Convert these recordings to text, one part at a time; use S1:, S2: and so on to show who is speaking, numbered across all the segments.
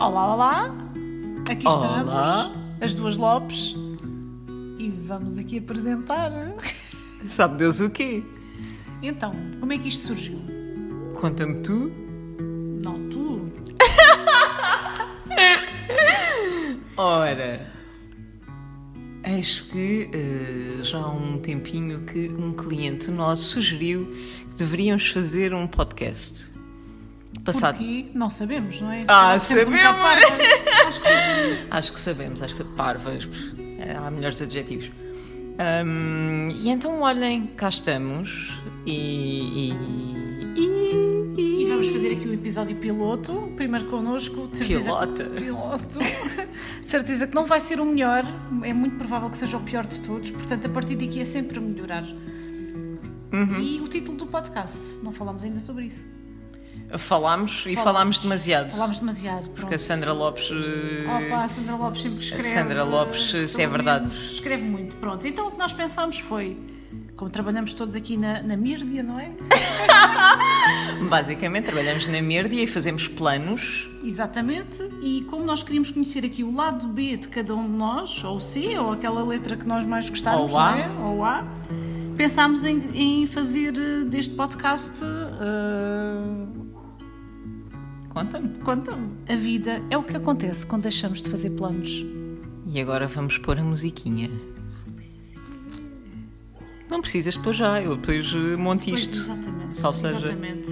S1: Olá, olá! Aqui
S2: Olá.
S1: estamos, as duas Lopes, e vamos aqui apresentar.
S2: Sabe Deus o quê?
S1: Então, como é que isto surgiu?
S2: Conta-me tu.
S1: Não, tu?
S2: Ora, eis que eh, já há um tempinho que um cliente nosso sugeriu que deveríamos fazer um podcast. Passado.
S1: Porque não sabemos, não é?
S2: Ah,
S1: Temos um
S2: sabemos.
S1: bocado parvas. Acho que-
S2: Acho que sabemos, esta parvas. eh, Há melhores adjetivos. Ahm, e então, olhem, cá estamos e. e- e-
S1: E vamos fazer aqui o episódio piloto, primeiro connosco. de certeza-
S2: Pilota.
S1: Piloto. De certeza que não vai ser o melhor, é muito provável que seja o pior de todos, portanto a partir daqui é sempre a melhorar.
S2: Uhum.
S1: E o título do podcast, não falámos ainda sobre isso.
S2: Falámos e falámos demasiado.
S1: Falámos demasiado, pronto.
S2: Porque a Sandra Lopes. eh,
S1: Opa, a Sandra Lopes sempre que escreve.
S2: Sandra Lopes,
S1: pelo
S2: isso é verdade.
S1: menos Escreve muito, pronto. Então o que nós pensámos foi, como trabalhamos todos aqui na, na Mírdia, não é?
S2: Basicamente, trabalhamos na Mérdia e fazemos planos.
S1: Exatamente. E como nós queríamos conhecer aqui o lado B de cada um de nós, ou C, ou aquela letra que nós mais gostávamos,
S2: Ou A.
S1: não é? Ou A, pensámos em, em fazer eh, deste podcast. eh,
S2: Conta-me.
S1: Conta-me. A vida é o que acontece quando deixamos de fazer planos.
S2: E agora vamos pôr a musiquinha. Não precisas pôr já, eu depois eh, monto
S1: Pois,
S2: isto.
S1: exatamente.
S2: Ou seja-
S1: Exatamente.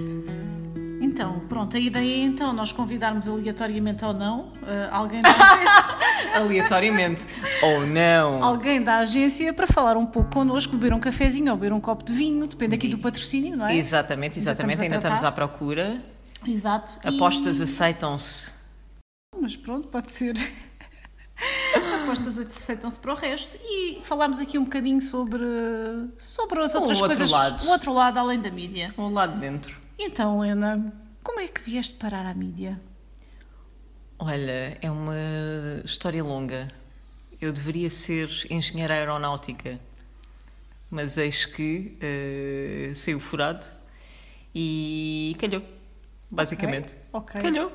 S1: Então, pronto, a ideia é então nós convidarmos aleatoriamente ou não eh, alguém, da agência,
S2: Aleatoriamente. Ou não.
S1: alguém da agência para falar um pouco connosco, beber um cafezinho ou beber um copo de vinho, depende aqui do patrocínio, não é?
S2: Exatamente, exatamente.
S1: Ainda
S2: Ainda
S1: estamos
S2: estamos
S1: a
S2: à procura.
S1: Exato. E-
S2: Apostas aceitam-se.
S1: Mas pronto, pode ser. Apostas aceitam-se para o resto. E falámos aqui um bocadinho sobre, sobre as
S2: O
S1: outras
S2: Um outro
S1: coisas.
S2: lado.
S1: O outro lado, além da mídia.
S2: Ou lá de Um dentro.
S1: Então, Helena, como é que vieste parar à mídia?
S2: Olha, é uma história longa. Eu deveria ser engenheira aeronáutica, mas eis que eh, saiu furado e calhou, basicamente.
S1: Ok.
S2: Calhou.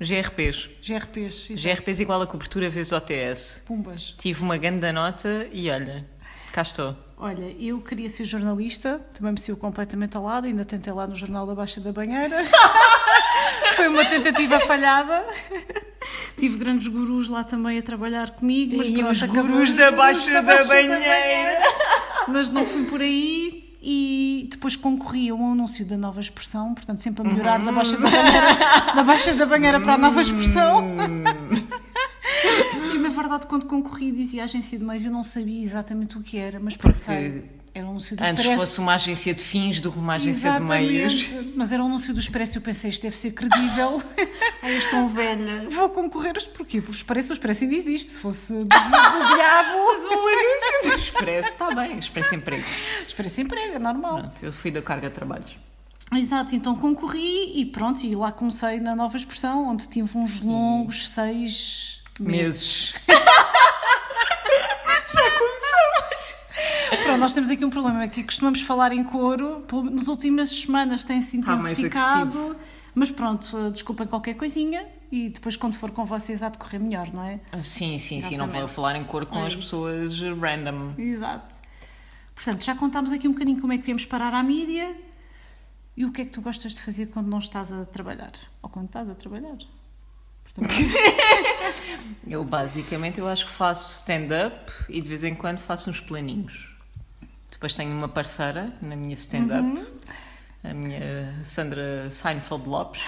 S2: GRPs.
S1: GRPs. exato.
S2: GRPs igual a cobertura vezes OTS.
S1: Pumbas.
S2: Tive uma grande nota e olha, cá estou.
S1: Olha, eu queria ser jornalista, também me saiu completamente ao lado, ainda tentei lá no Jornal da Baixa da Banheira. Foi uma tentativa falhada. Tive grandes gurus lá também a trabalhar comigo. Mas
S2: E
S1: pronto,
S2: os
S1: acabou-
S2: gurus
S1: os
S2: da
S1: gurus
S2: Baixa da Banheira.
S1: Mas não fui por aí e depois concorri a um anúncio da nova expressão, portanto sempre a melhorar
S2: Uhum.
S1: da Baixa da Banheira, da Baixa da Banheira para a nova expressão.
S2: Hum.
S1: E na verdade, quando concorri, dizia agência de meios, eu não sabia exatamente o que era, mas pensei. Era um anúncio do
S2: Antes
S1: Expresso.
S2: fosse uma agência de fins do que uma agência
S1: Exatamente.
S2: de meios.
S1: Mas era um anúncio do Expresso e eu pensei, isto deve ser credível.
S2: Ai, estou velha.
S1: Vou concorrer, mas porquê? Porque o Expresso, o Expresso ainda existe. Se fosse do, do diabo,
S2: Um anúncio do Expresso, está bem, Expresso Emprego.
S1: Expresso emprego, é normal.
S2: Pronto, eu fui da carga de trabalhos.
S1: Exato, então concorri e pronto, e lá comecei na nova expressão, onde tive uns longos seis meses.
S2: Meses.
S1: Pronto, nós temos aqui um problema, é que costumamos falar em coro, pelo- nas últimas semanas tem-se
S2: Está Tá mais
S1: intensificado, mas pronto, eh, desculpem qualquer coisinha e depois quando for com vocês há de correr melhor, não é?
S2: Sim, sim, sim. Não vou
S1: Exatamente.
S2: falar em cor com
S1: É
S2: as
S1: isso.
S2: pessoas random.
S1: Exato. Portanto, já contámos aqui um bocadinho como é que viemos parar à mídia e o que é que tu gostas de fazer quando não estás a trabalhar, ou quando estás a trabalhar. Portanto,
S2: Eu basicamente eu acho que faço stand-up e de vez em quando faço uns planinhos. Depois tenho uma parceira na minha stand-up,
S1: Uhum.
S2: a minha Sandra Seinfeld Lopes.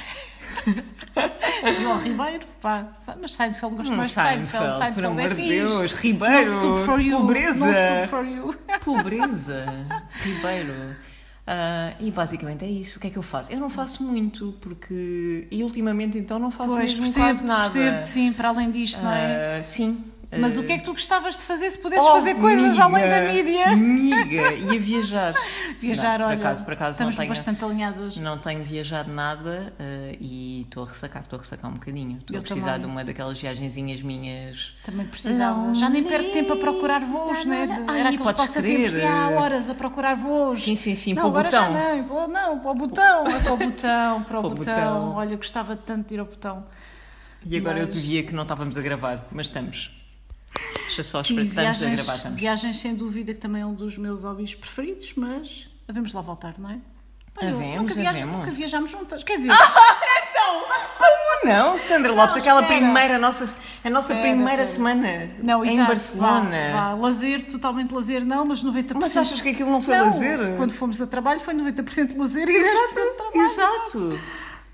S1: João Ribeiro, pá, sa- mas Seinfeld gosto
S2: Hum,
S1: mais de Seinfeld. Seinfeld
S2: por
S1: é
S2: amor de
S1: fixe.
S2: Deus,
S1: Não
S2: Ribeiro,
S1: sub for you.
S2: pobreza.
S1: Não sub for you.
S2: Pobreza, Ribeiro. Ah, e basicamente é isso. O que é que eu faço? Eu não faço muito, porque. E ultimamente então não faço
S1: Pois,
S2: mesmo quase
S1: percebo,
S2: nada.
S1: percebo, sim, para além disto, não é?
S2: Ah, sim.
S1: Mas
S2: Ah,
S1: o que é que tu gostavas de fazer se pudesses
S2: oh,
S1: fazer coisas
S2: miga,
S1: além da mídia?
S2: Miga, ia viajar.
S1: Viajar,
S2: não,
S1: olha,
S2: Por acaso, por acaso não
S1: estamos
S2: tenho,
S1: bastante alinhadas.
S2: não tenho viajado nada ah, e estou a ressacar, estou a ressacar um bocadinho. Estou
S1: Eu
S2: a precisar
S1: também.
S2: de uma daquelas viagenzinhas minhas.
S1: Também precisava. Já nem perco tempo a procurar voos, não é? De-
S2: Ai,
S1: Era aqueles
S2: podes
S1: passatempos de
S2: crer.
S1: há horas a procurar voos.
S2: Sim, sim, sim,
S1: não,
S2: para o
S1: agora
S2: botão.
S1: já não. Pô, Não, para o botão. É para o botão, para o
S2: Para o
S1: botão.
S2: botão.
S1: Olha, gostava tanto de ir ao botão.
S2: E agora eu
S1: Mas-
S2: devia que não estávamos a gravar, mas estamos. Deixa só
S1: Sim,
S2: esperar que estamos a
S1: viagens-
S2: gravar. Estamos.
S1: Viagens, sem dúvida, que também é um dos meus hobbies preferidos, mas havemos lá voltar, não é? Olha,
S2: Havemos,
S1: nunca,
S2: havemos.
S1: nunca viajámos juntas. Quer dizer, Ah,
S2: Como não, Sandra Lopes? Aquela
S1: espera.
S2: primeira, a nossa, a nossa
S1: Espera,
S2: primeira
S1: espera.
S2: semana
S1: não,
S2: em
S1: exato,
S2: Barcelona.
S1: Vá, vá, lazer, totalmente lazer, não, mas 90%.
S2: Mas achas que aquilo não foi
S1: Não,
S2: lazer?
S1: Quando fomos a trabalho foi 90% lazer e 10%
S2: Exato,
S1: trabalho.
S2: exato.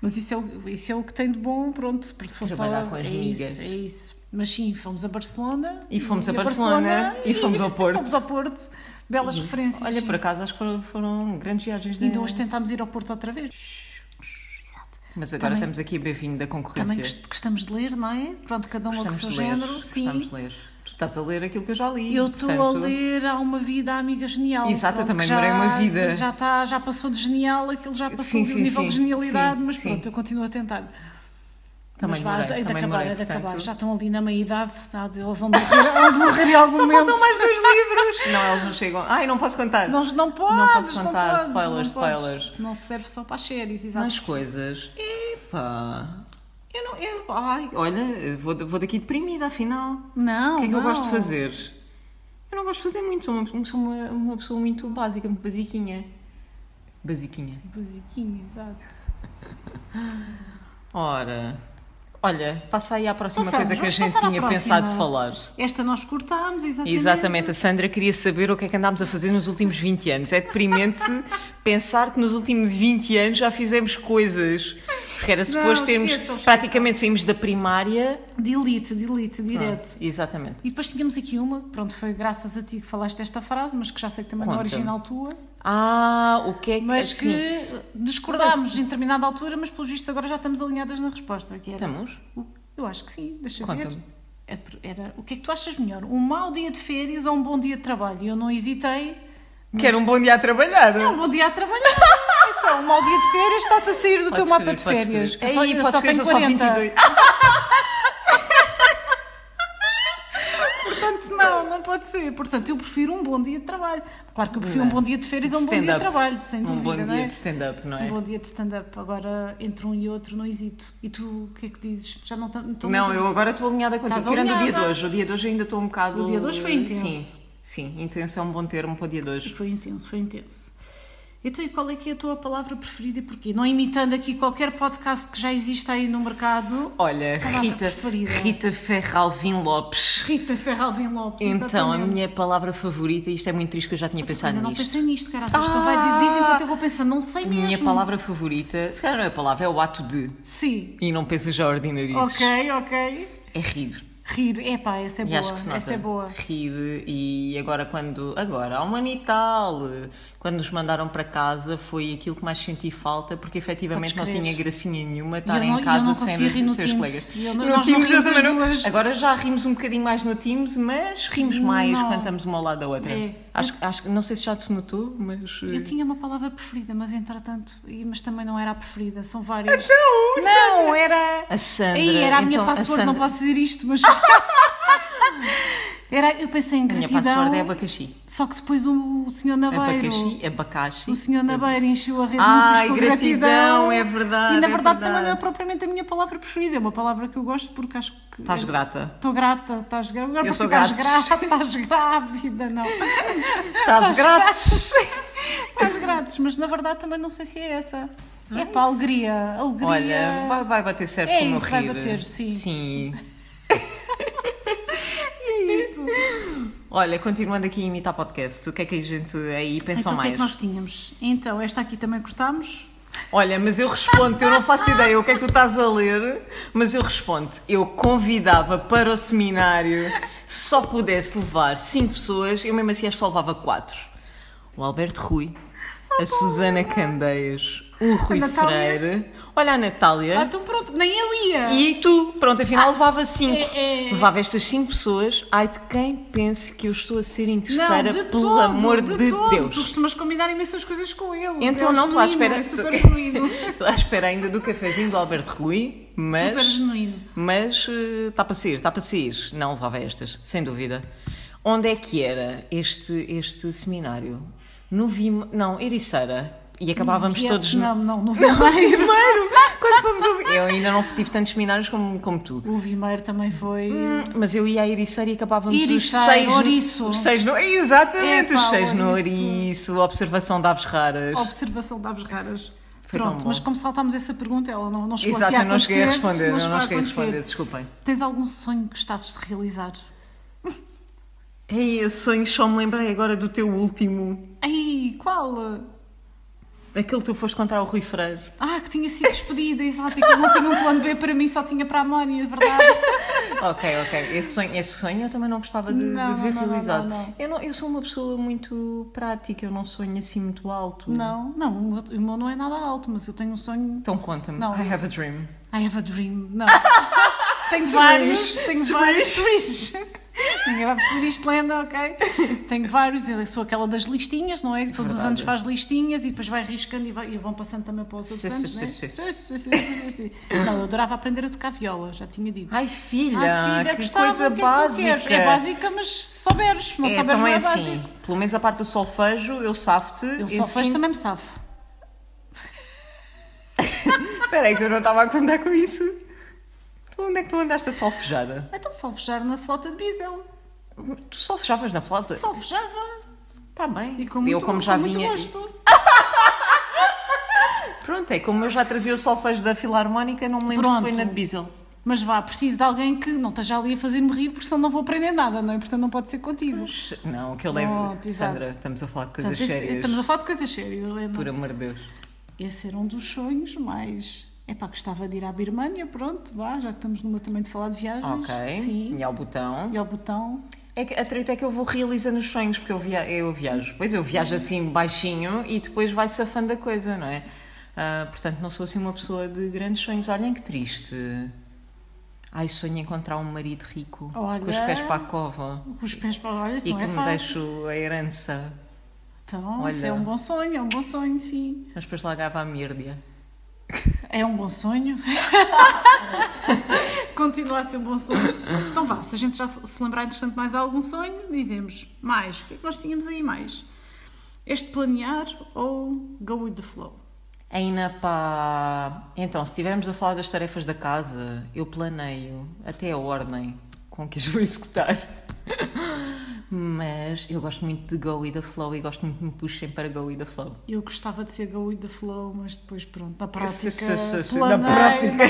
S1: Mas isso é, o, isso é o que tem de bom, pronto, porque se fosse
S2: Trabalhar
S1: só,
S2: com as
S1: é
S2: migas.
S1: Isso, é isso. Mas sim, fomos a Barcelona.
S2: E fomos a Barcelona, e fomos ao Porto. Uhum.
S1: Fomos ao Porto. Belas referências. Então
S2: Olha,
S1: sim.
S2: por acaso acho que foram, foram grandes viagens.
S1: E
S2: De...
S1: ainda hoje tentámos ir ao Porto outra vez. Exato.
S2: Mas agora
S1: Também-
S2: estamos aqui a bevinho da
S1: Também
S2: concorrência.
S1: gost- gostamos de ler, não é? Pronto, cada um ao que
S2: Gostamos
S1: seu
S2: de ler,
S1: género.
S2: gostamos de ler. Tu estás a ler aquilo que eu já li.
S1: Eu estou a
S2: portanto,
S1: ler Há uma vida, amiga genial.
S2: Exato, eu
S1: Pronto,
S2: também
S1: que já-
S2: demorei uma vida.
S1: Já, tá, já passou de genial, aquilo já passou
S2: Sim,
S1: do
S2: sim,
S1: nível de
S2: sim,
S1: genialidade,
S2: sim,
S1: mas
S2: sim.
S1: pronto, eu continuo a tentar.
S2: Também
S1: mas vá,
S2: demorei,
S1: é de
S2: também
S1: acabar,
S2: demorei,
S1: é de acabar.
S2: portanto.
S1: Já estão ali na meia-idade, tá, eles vão morrer, vão morrer em algum
S2: Só
S1: momento.
S2: faltam mais dois livros! não, eles não chegam. Ai, não posso contar.
S1: Não, não podes,
S2: Não posso contar,
S1: podes,
S2: spoilers,
S1: não podes.
S2: spoilers.
S1: Não serve só para as séries, exato.
S2: Mais coisas. Epá. Eu não. Eu, ai, olha, vou, vou daqui deprimida, afinal.
S1: Não,
S2: o que é que eu
S1: não.
S2: gosto de fazer? Eu não gosto de fazer muito, sou uma, sou uma, uma pessoa muito básica, muito basiquinha. Basiquinha.
S1: Basiquinho, exato.
S2: Ora. Olha, passa aí à próxima
S1: Passamos,
S2: coisa que a
S1: vamos
S2: gente
S1: passar à
S2: tinha
S1: próxima.
S2: pensado falar.
S1: Esta nós cortámos, exatamente.
S2: Exatamente, a Sandra queria saber o que é que andámos a fazer nos últimos 20 anos. É deprimente pensar que nos últimos 20 anos já fizemos coisas. Porque era suposto termos.
S1: esqueçam, esqueçam.
S2: Praticamente saímos da primária.
S1: Delete, delete, direto.
S2: Pronto, exatamente.
S1: E depois tínhamos aqui uma, pronto, foi graças a ti que falaste esta frase, mas que já sei que também não é
S2: Conta.
S1: original tua,
S2: Ah, o que é que.
S1: mas
S2: assim,
S1: que discordámos em determinada altura, mas pelos vistos agora já estamos alinhadas na resposta. Que era,
S2: Estamos?
S1: o- Eu acho que sim, deixa
S2: Conta-me.
S1: ver. É por- Era, o que é que tu achas melhor? Um mau dia de férias ou um bom dia de trabalho? E Eu não hesitei.
S2: Que era um bom dia a trabalhar.
S1: É um bom dia a trabalhar. Então, um mau dia de férias está-te a sair do
S2: Podes
S1: teu mapa
S2: escrever,
S1: de
S2: podes
S1: férias.
S2: escrever.
S1: Eu só,
S2: Ei,
S1: eu
S2: podes
S1: só
S2: escrever,
S1: tenho
S2: sou só tipo,
S1: 40.
S2: 22.
S1: Portanto, não, não pode ser. Portanto, eu prefiro um bom dia de trabalho. Claro que eu prefiro um
S2: Não.
S1: bom dia de férias a um bom dia de
S2: Stand-up.
S1: trabalho, sem dúvida.
S2: Um bom
S1: não
S2: dia
S1: é?
S2: de stand-up, não é?
S1: Um bom dia de stand-up. Agora, entre um e outro, não hesito. E tu, o que é que dizes? Já não estamos.
S2: Não, eu agora estou alinhada contigo.
S1: Estás
S2: Tirando o dia de
S1: alinhada.
S2: hoje. O dia de hoje ainda estou um bocado.
S1: O dia de hoje foi intenso.
S2: Sim, sim. Intenso é um bom termo para o dia de hoje.
S1: Foi intenso, foi intenso. Então, e qual é que é a tua palavra preferida e porquê? Não imitando aqui qualquer podcast que já existe aí no mercado.
S2: Olha,
S1: Palavra
S2: Rita,
S1: preferida.
S2: Rita Ferralvin Lopes.
S1: Rita Ferralvin Lopes,
S2: Então, a
S1: exatamente.
S2: minha palavra favorita, isto é muito triste que eu já tinha pensado
S1: Ainda não
S2: nisto.
S1: pensei nisto, cara. Ah,
S2: Ah!
S1: vai dizer enquanto eu vou pensando, não sei
S2: a
S1: mesmo.
S2: minha palavra favorita, se calhar não é a palavra, é o ato de.
S1: Sim.
S2: E não penso já ordinarices.
S1: Ok, ok.
S2: É rir.
S1: Rir, epá, essa é
S2: E
S1: boa.
S2: acho que se nota.
S1: Essa é boa.
S2: Rir. E agora, quando. Agora, há um ano e tal, quando nos mandaram para casa, foi aquilo que mais senti falta, porque efetivamente não
S1: Podes crer.
S2: tinha gracinha nenhuma estar
S1: eu não-
S2: em
S1: e
S2: casa
S1: eu não
S2: sem
S1: conseguia rir no
S2: os seus
S1: Teams.
S2: colegas.
S1: E eu não- nós não rimos as duas.
S2: Agora já rimos um bocadinho mais no Teams, mas rimos mais
S1: Não.
S2: quando estamos uma ao lado da outra.
S1: É.
S2: Acho, acho, não sei se já te notou, mas. eh,
S1: Eu tinha uma palavra preferida, mas entretanto, e- mas também não era a preferida, são várias.
S2: Não,
S1: Não, era.
S2: A Sandra.
S1: Aí era a minha
S2: então,
S1: password,
S2: Sandra-
S1: não posso dizer isto, mas. era, eu pensei em
S2: A minha
S1: gratidão.
S2: password é abacaxi.
S1: Só que depois o, o senhor Nabeiro.
S2: Abacaxi, abacaxi. É
S1: O senhor Nabeiro encheu a rede
S2: Ai,
S1: de núcleos com
S2: gratidão,
S1: gratidão.
S2: é verdade,
S1: E na
S2: é
S1: verdade, também
S2: verdade.
S1: não é propriamente a minha palavra preferida, é uma palavra que eu gosto porque acho que.
S2: Estás grata.
S1: Estou grata, estás grávida. Agora
S2: Eu
S1: parece
S2: sou
S1: que estás
S2: gatos.
S1: grávida, estás grávida, não.
S2: Estás grátis.
S1: Estás grátis, mas na verdade também não sei se é essa. é para alegria, alegria.
S2: Olha, vai, vai bater certo
S1: É
S2: com o meu
S1: isso, vai
S2: rir.
S1: bater, sim.
S2: Sim.
S1: É isso.
S2: Olha, continuando aqui a imitar podcasts, o que é que a gente aí pensou
S1: então o que é
S2: mais?
S1: que nós tínhamos? Então, esta aqui também cortámos.
S2: Olha, mas eu respondo, eu não faço ideia o que é que tu estás a ler, mas eu respondo, eu convidava para o seminário, se só pudesse levar cinco pessoas, eu mesmo assim acho que só levava quatro. O Alberto Rui, a Susana Candeias, o Rui
S1: Natália.
S2: Freire, olha a
S1: Ah,
S2: Natália,
S1: então pronto, nem eu ia.
S2: e tu, pronto, afinal levava cinco.
S1: Ah, é, é.
S2: Levava estas cinco pessoas, ai de quem pense que eu estou a ser
S1: Não,
S2: interesseira,
S1: de
S2: pelo
S1: todo,
S2: amor de,
S1: de, todo.
S2: Deus.
S1: Tu costumas combinar imensas coisas com ele.
S2: Então
S1: é
S2: não estou à espera.
S1: É
S2: estou-
S1: super fluido.
S2: Estou à espera ainda do cafezinho do Alberto Rui,
S1: Super
S2: mas.
S1: genuíno.
S2: Mas está para sair, está para sair. Não levava estas, sem dúvida. Onde é que era este, este seminário? No Vim. Não, Ericeira. E acabávamos
S1: Viet-
S2: todos no
S1: Não, não, no Vimeiro.
S2: primeiro. Quando fomos ao... Eu ainda não tive tantos seminários como, como tu.
S1: o Vimeiro também foi.
S2: Hum, Mas eu ia a Ericeira e acabávamos
S1: Ericeira,
S2: os seis.
S1: ouriço.
S2: Os seis no, exatamente,
S1: Epá,
S2: os seis no
S1: ouriço.
S2: ouriço, observação de aves raras.
S1: Observação de aves raras.
S2: Foi tão
S1: Pronto,
S2: bom.
S1: mas como saltámos essa pergunta, ela não, não chegou
S2: Exato,
S1: aqui a
S2: eu não cheguei a
S1: acontecer,
S2: responder, eu
S1: chegou
S2: não cheguei a
S1: acontecer.
S2: responder, desculpem.
S1: Tens algum sonho que gostasses de realizar?
S2: Ei, esse sonho só me lembrei agora do teu último.
S1: Ei, qual?
S2: Aquele que tu foste contra o Rui Freire.
S1: Ah, que tinha sido despedida, exato, e que eu não tinha um plano B para mim, só tinha para a Mónia, é verdade.
S2: ok, ok. Esse sonho, esse sonho eu também não gostava de, de
S1: Não,
S2: ver
S1: não, não,
S2: realizado.
S1: não, não.
S2: Eu, não, eu sou uma pessoa muito prática, eu não sonho assim muito alto.
S1: Não, não, o meu- o meu não é nada alto, mas eu tenho um sonho.
S2: Então conta-me.
S1: Não.
S2: I have a dream. é
S1: I have a dream. Não. tenho vários, tenho vários. Swish. Ninguém vai perceber isto lendo, ok? Tenho vários, eu sou aquela das listinhas, não é? Todos os
S2: Verdade.
S1: anos faz listinhas e depois vai riscando e, vai- e vão passando também para os outros
S2: Sim, sim,
S1: anos,
S2: sim,
S1: não é? Sim,
S2: sim.
S1: sim, sim, sim, sim. Não, eu adorava aprender a tocar viola, já tinha dito.
S2: Ai filha,
S1: Ai, filha,
S2: que
S1: Gustavo, o que
S2: coisa
S1: é que tu
S2: básica.
S1: queres? É básica, mas se souberes, não
S2: É,
S1: souberes
S2: então
S1: não é,
S2: é
S1: básico.
S2: assim. Pelo menos a parte do solfejo, eu safo-te.
S1: Eu
S2: Esse
S1: só fez
S2: sim-
S1: também me safo.
S2: Espera aí, que eu não estava a contar com isso. Então onde é que tu andaste a solfejada?
S1: Então salvejar na flauta de bisel.
S2: Tu solfejavas na flauta?
S1: Salvejava.
S2: Está Tá bem.
S1: E com muito,
S2: eu, como
S1: com
S2: já
S1: muito
S2: vinha.
S1: gosto.
S2: Pronto, é como eu já trazia o solfejo da Filarmónica, não me lembro
S1: Pronto.
S2: se foi na de Biesel.
S1: Mas vá, preciso de alguém que não esteja ali a fazer-me rir, porque senão não vou aprender nada, não é? Portanto, não pode ser contigo.
S2: Não, que eu lembro.
S1: Pronto, Oh, exato.
S2: Sandra, estamos a falar de coisas
S1: Portanto, esse-
S2: sérias.
S1: estamos a falar de coisas sérias, Helena.
S2: Por amor de Deus.
S1: Esse era um dos sonhos, mas. É pá, gostava de ir à Birmânia, pronto, vá, já que estamos numa também de falar de viagens.
S2: Ok.
S1: Sim.
S2: E ao botão.
S1: E ao botão.
S2: É que a treta é que eu vou realizando os sonhos, porque eu, via- eu viajo. Pois eu
S1: Uhum.
S2: viajo assim baixinho e depois vai safando a coisa, não é? Ah, portanto, não sou assim uma pessoa de grandes sonhos. Olhem que triste. Ai, sonho em encontrar um marido rico com os
S1: Olha.
S2: pés para a cova
S1: Com os pés para. Olha, isso
S2: e
S1: não
S2: que
S1: é
S2: me
S1: fácil.
S2: deixo a herança.
S1: Então, isso
S2: Olha.
S1: é um bom sonho, é um bom sonho, sim.
S2: Mas depois largava a mírdia.
S1: É um bom sonho. Continua a ser um bom sonho. Então vá, se a gente já se se lembrar, entretanto, mais algum sonho, dizemos mais. O que é que nós tínhamos aí mais? Este planear ou go with the flow?
S2: Ainda pá. Então, se estivermos a falar das tarefas da casa, eu planeio até a ordem com que as vou executar. Mas eu gosto muito de go with the flow e gosto muito que me puxem para go with the flow.
S1: Eu gostava de ser go with the flow, mas depois, pronto, na prática.
S2: Sim, sim, sim, sim.
S1: planeio,
S2: Na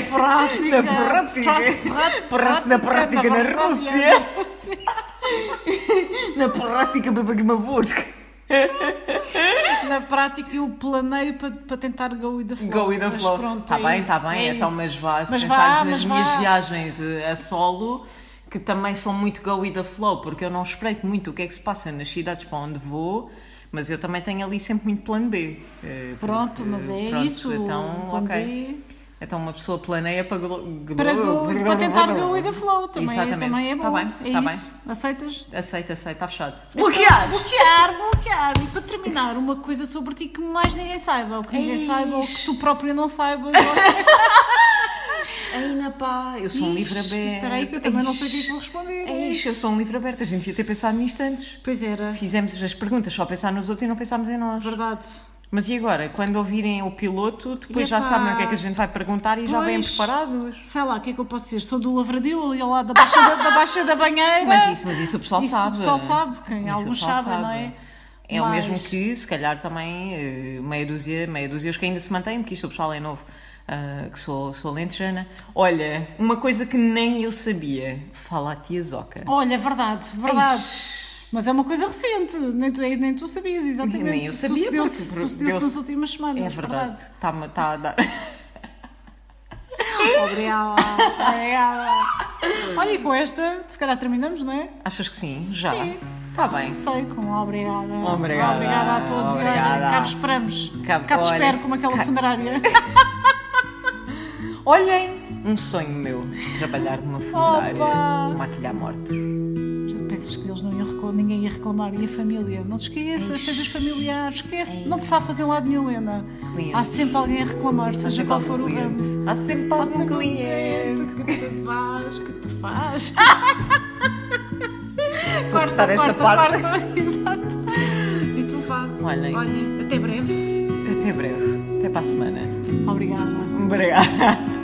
S1: Na
S2: prática.
S1: prática.
S2: Na prática.
S1: prática,
S2: Parece na prática, na
S1: Varsóvia.
S2: Na prática, beba uma vodka.
S1: Na prática, eu planeio para, para tentar go with the flow.
S2: Go with the
S1: mas
S2: flow.
S1: pronto,
S2: tá
S1: é
S2: bem,
S1: isso,
S2: tá bem.
S1: é
S2: então,
S1: isso.
S2: mas vá, se
S1: Mas
S2: pensarmos
S1: vá, mas
S2: nas minhas
S1: vá.
S2: viagens eh, a solo, que também são muito go with the flow, porque eu não espreito muito o que é que se passa nas cidades para onde vou, mas eu também tenho ali sempre muito plano B. eh,
S1: Pronto,
S2: porque,
S1: mas é
S2: pronto,
S1: isso.
S2: Então,
S1: Plan
S2: ok.
S1: B.
S2: Então uma pessoa planeia para, glo-
S1: é Para, go,
S2: glo-
S1: para tentar go with the flow também, é-
S2: Exatamente.
S1: também é
S2: Tá
S1: bom.
S2: bem,
S1: é
S2: tá
S1: isso. Então, Aceitas?
S2: Aceita, aceita, está fechado.
S1: Bloquear! Bloquear, bloquear! E para terminar, uma coisa sobre ti que mais ninguém saiba, ou que ninguém
S2: Ixi.
S1: saiba, ou que tu próprio não saibas. ou-
S2: Ainda pá, eu sou um livro
S1: Ixi,
S2: aberto.
S1: Espera aí, que eu também não sei o que é que vou responder.
S2: É isso, eu sou um livro aberto, a gente ia ter pensado nisto antes.
S1: Pois era,
S2: Fizemos as perguntas só a pensar nos outros e não pensámos em nós.
S1: verdade.
S2: Mas e agora? Quando ouvirem o piloto, depois já
S1: Epá.
S2: sabem o que é que a gente vai perguntar e já vêm
S1: Pois.
S2: preparados.
S1: Sei lá, o que é que eu posso dizer? Sou do Lavradio, ali ao lado da Baixa da, da, baixa da Banheira.
S2: Mas isso, mas isso o pessoal
S1: É. Isso o
S2: sabe.
S1: pessoal sabe, quem
S2: Isso o
S1: alguns
S2: pessoal
S1: sabem, não é?
S2: É o
S1: Mas-
S2: mesmo que, se calhar, também eh, meia dúzia, meia dúzia, os que ainda se mantêm, porque isto o pessoal é novo, ah, que sou, sou lentejana. Olha, uma coisa que nem eu sabia, fala a tia Zoca.
S1: Olha, verdade, É verdade. Mas é uma coisa recente, nem tu, nem tu sabias, exatamente.
S2: Nem eu sabia,
S1: Sucedeu-se
S2: porque- porque
S1: sucedeu
S2: deu-se-
S1: nas últimas semanas.
S2: É verdade, está-me tá a dar.
S1: Obrigada, obrigada. Olha, e com esta, se calhar terminamos, não é?
S2: Achas que sim? Já?
S1: Sim.
S2: Está bem.
S1: Sei, com obrigada.
S2: Obrigada.
S1: Obrigada a todos. E
S2: Obrigada.
S1: olha, cá vos esperamos.
S2: Cá-
S1: Cá, te
S2: olha,
S1: espero, como aquela
S2: cá-
S1: funerária.
S2: Olhem, um sonho meu, trabalhar numa funerária,
S1: Opa!
S2: maquilhar mortos.
S1: Pensas que eles não iam reclamar, ninguém ia reclamar, e a família? Não te esqueças,
S2: Eish.
S1: coisas familiares, esquece.
S2: É.
S1: Não te safas em lado nenhum, Helena.
S2: Cliente.
S1: Há sempre alguém a reclamar, seja qual for o ramo.
S2: cliente. Há sempre
S1: Há sempre
S2: algum
S1: um cliente
S2: cliente.
S1: que te faz, que te faz.
S2: Vou cortar esta parte.
S1: Exato. E tu Então vá.
S2: Olhem.
S1: Olhem, até breve.
S2: Até
S1: Até breve. Até para a semana.
S2: Obrigada. Um
S1: Obrigada.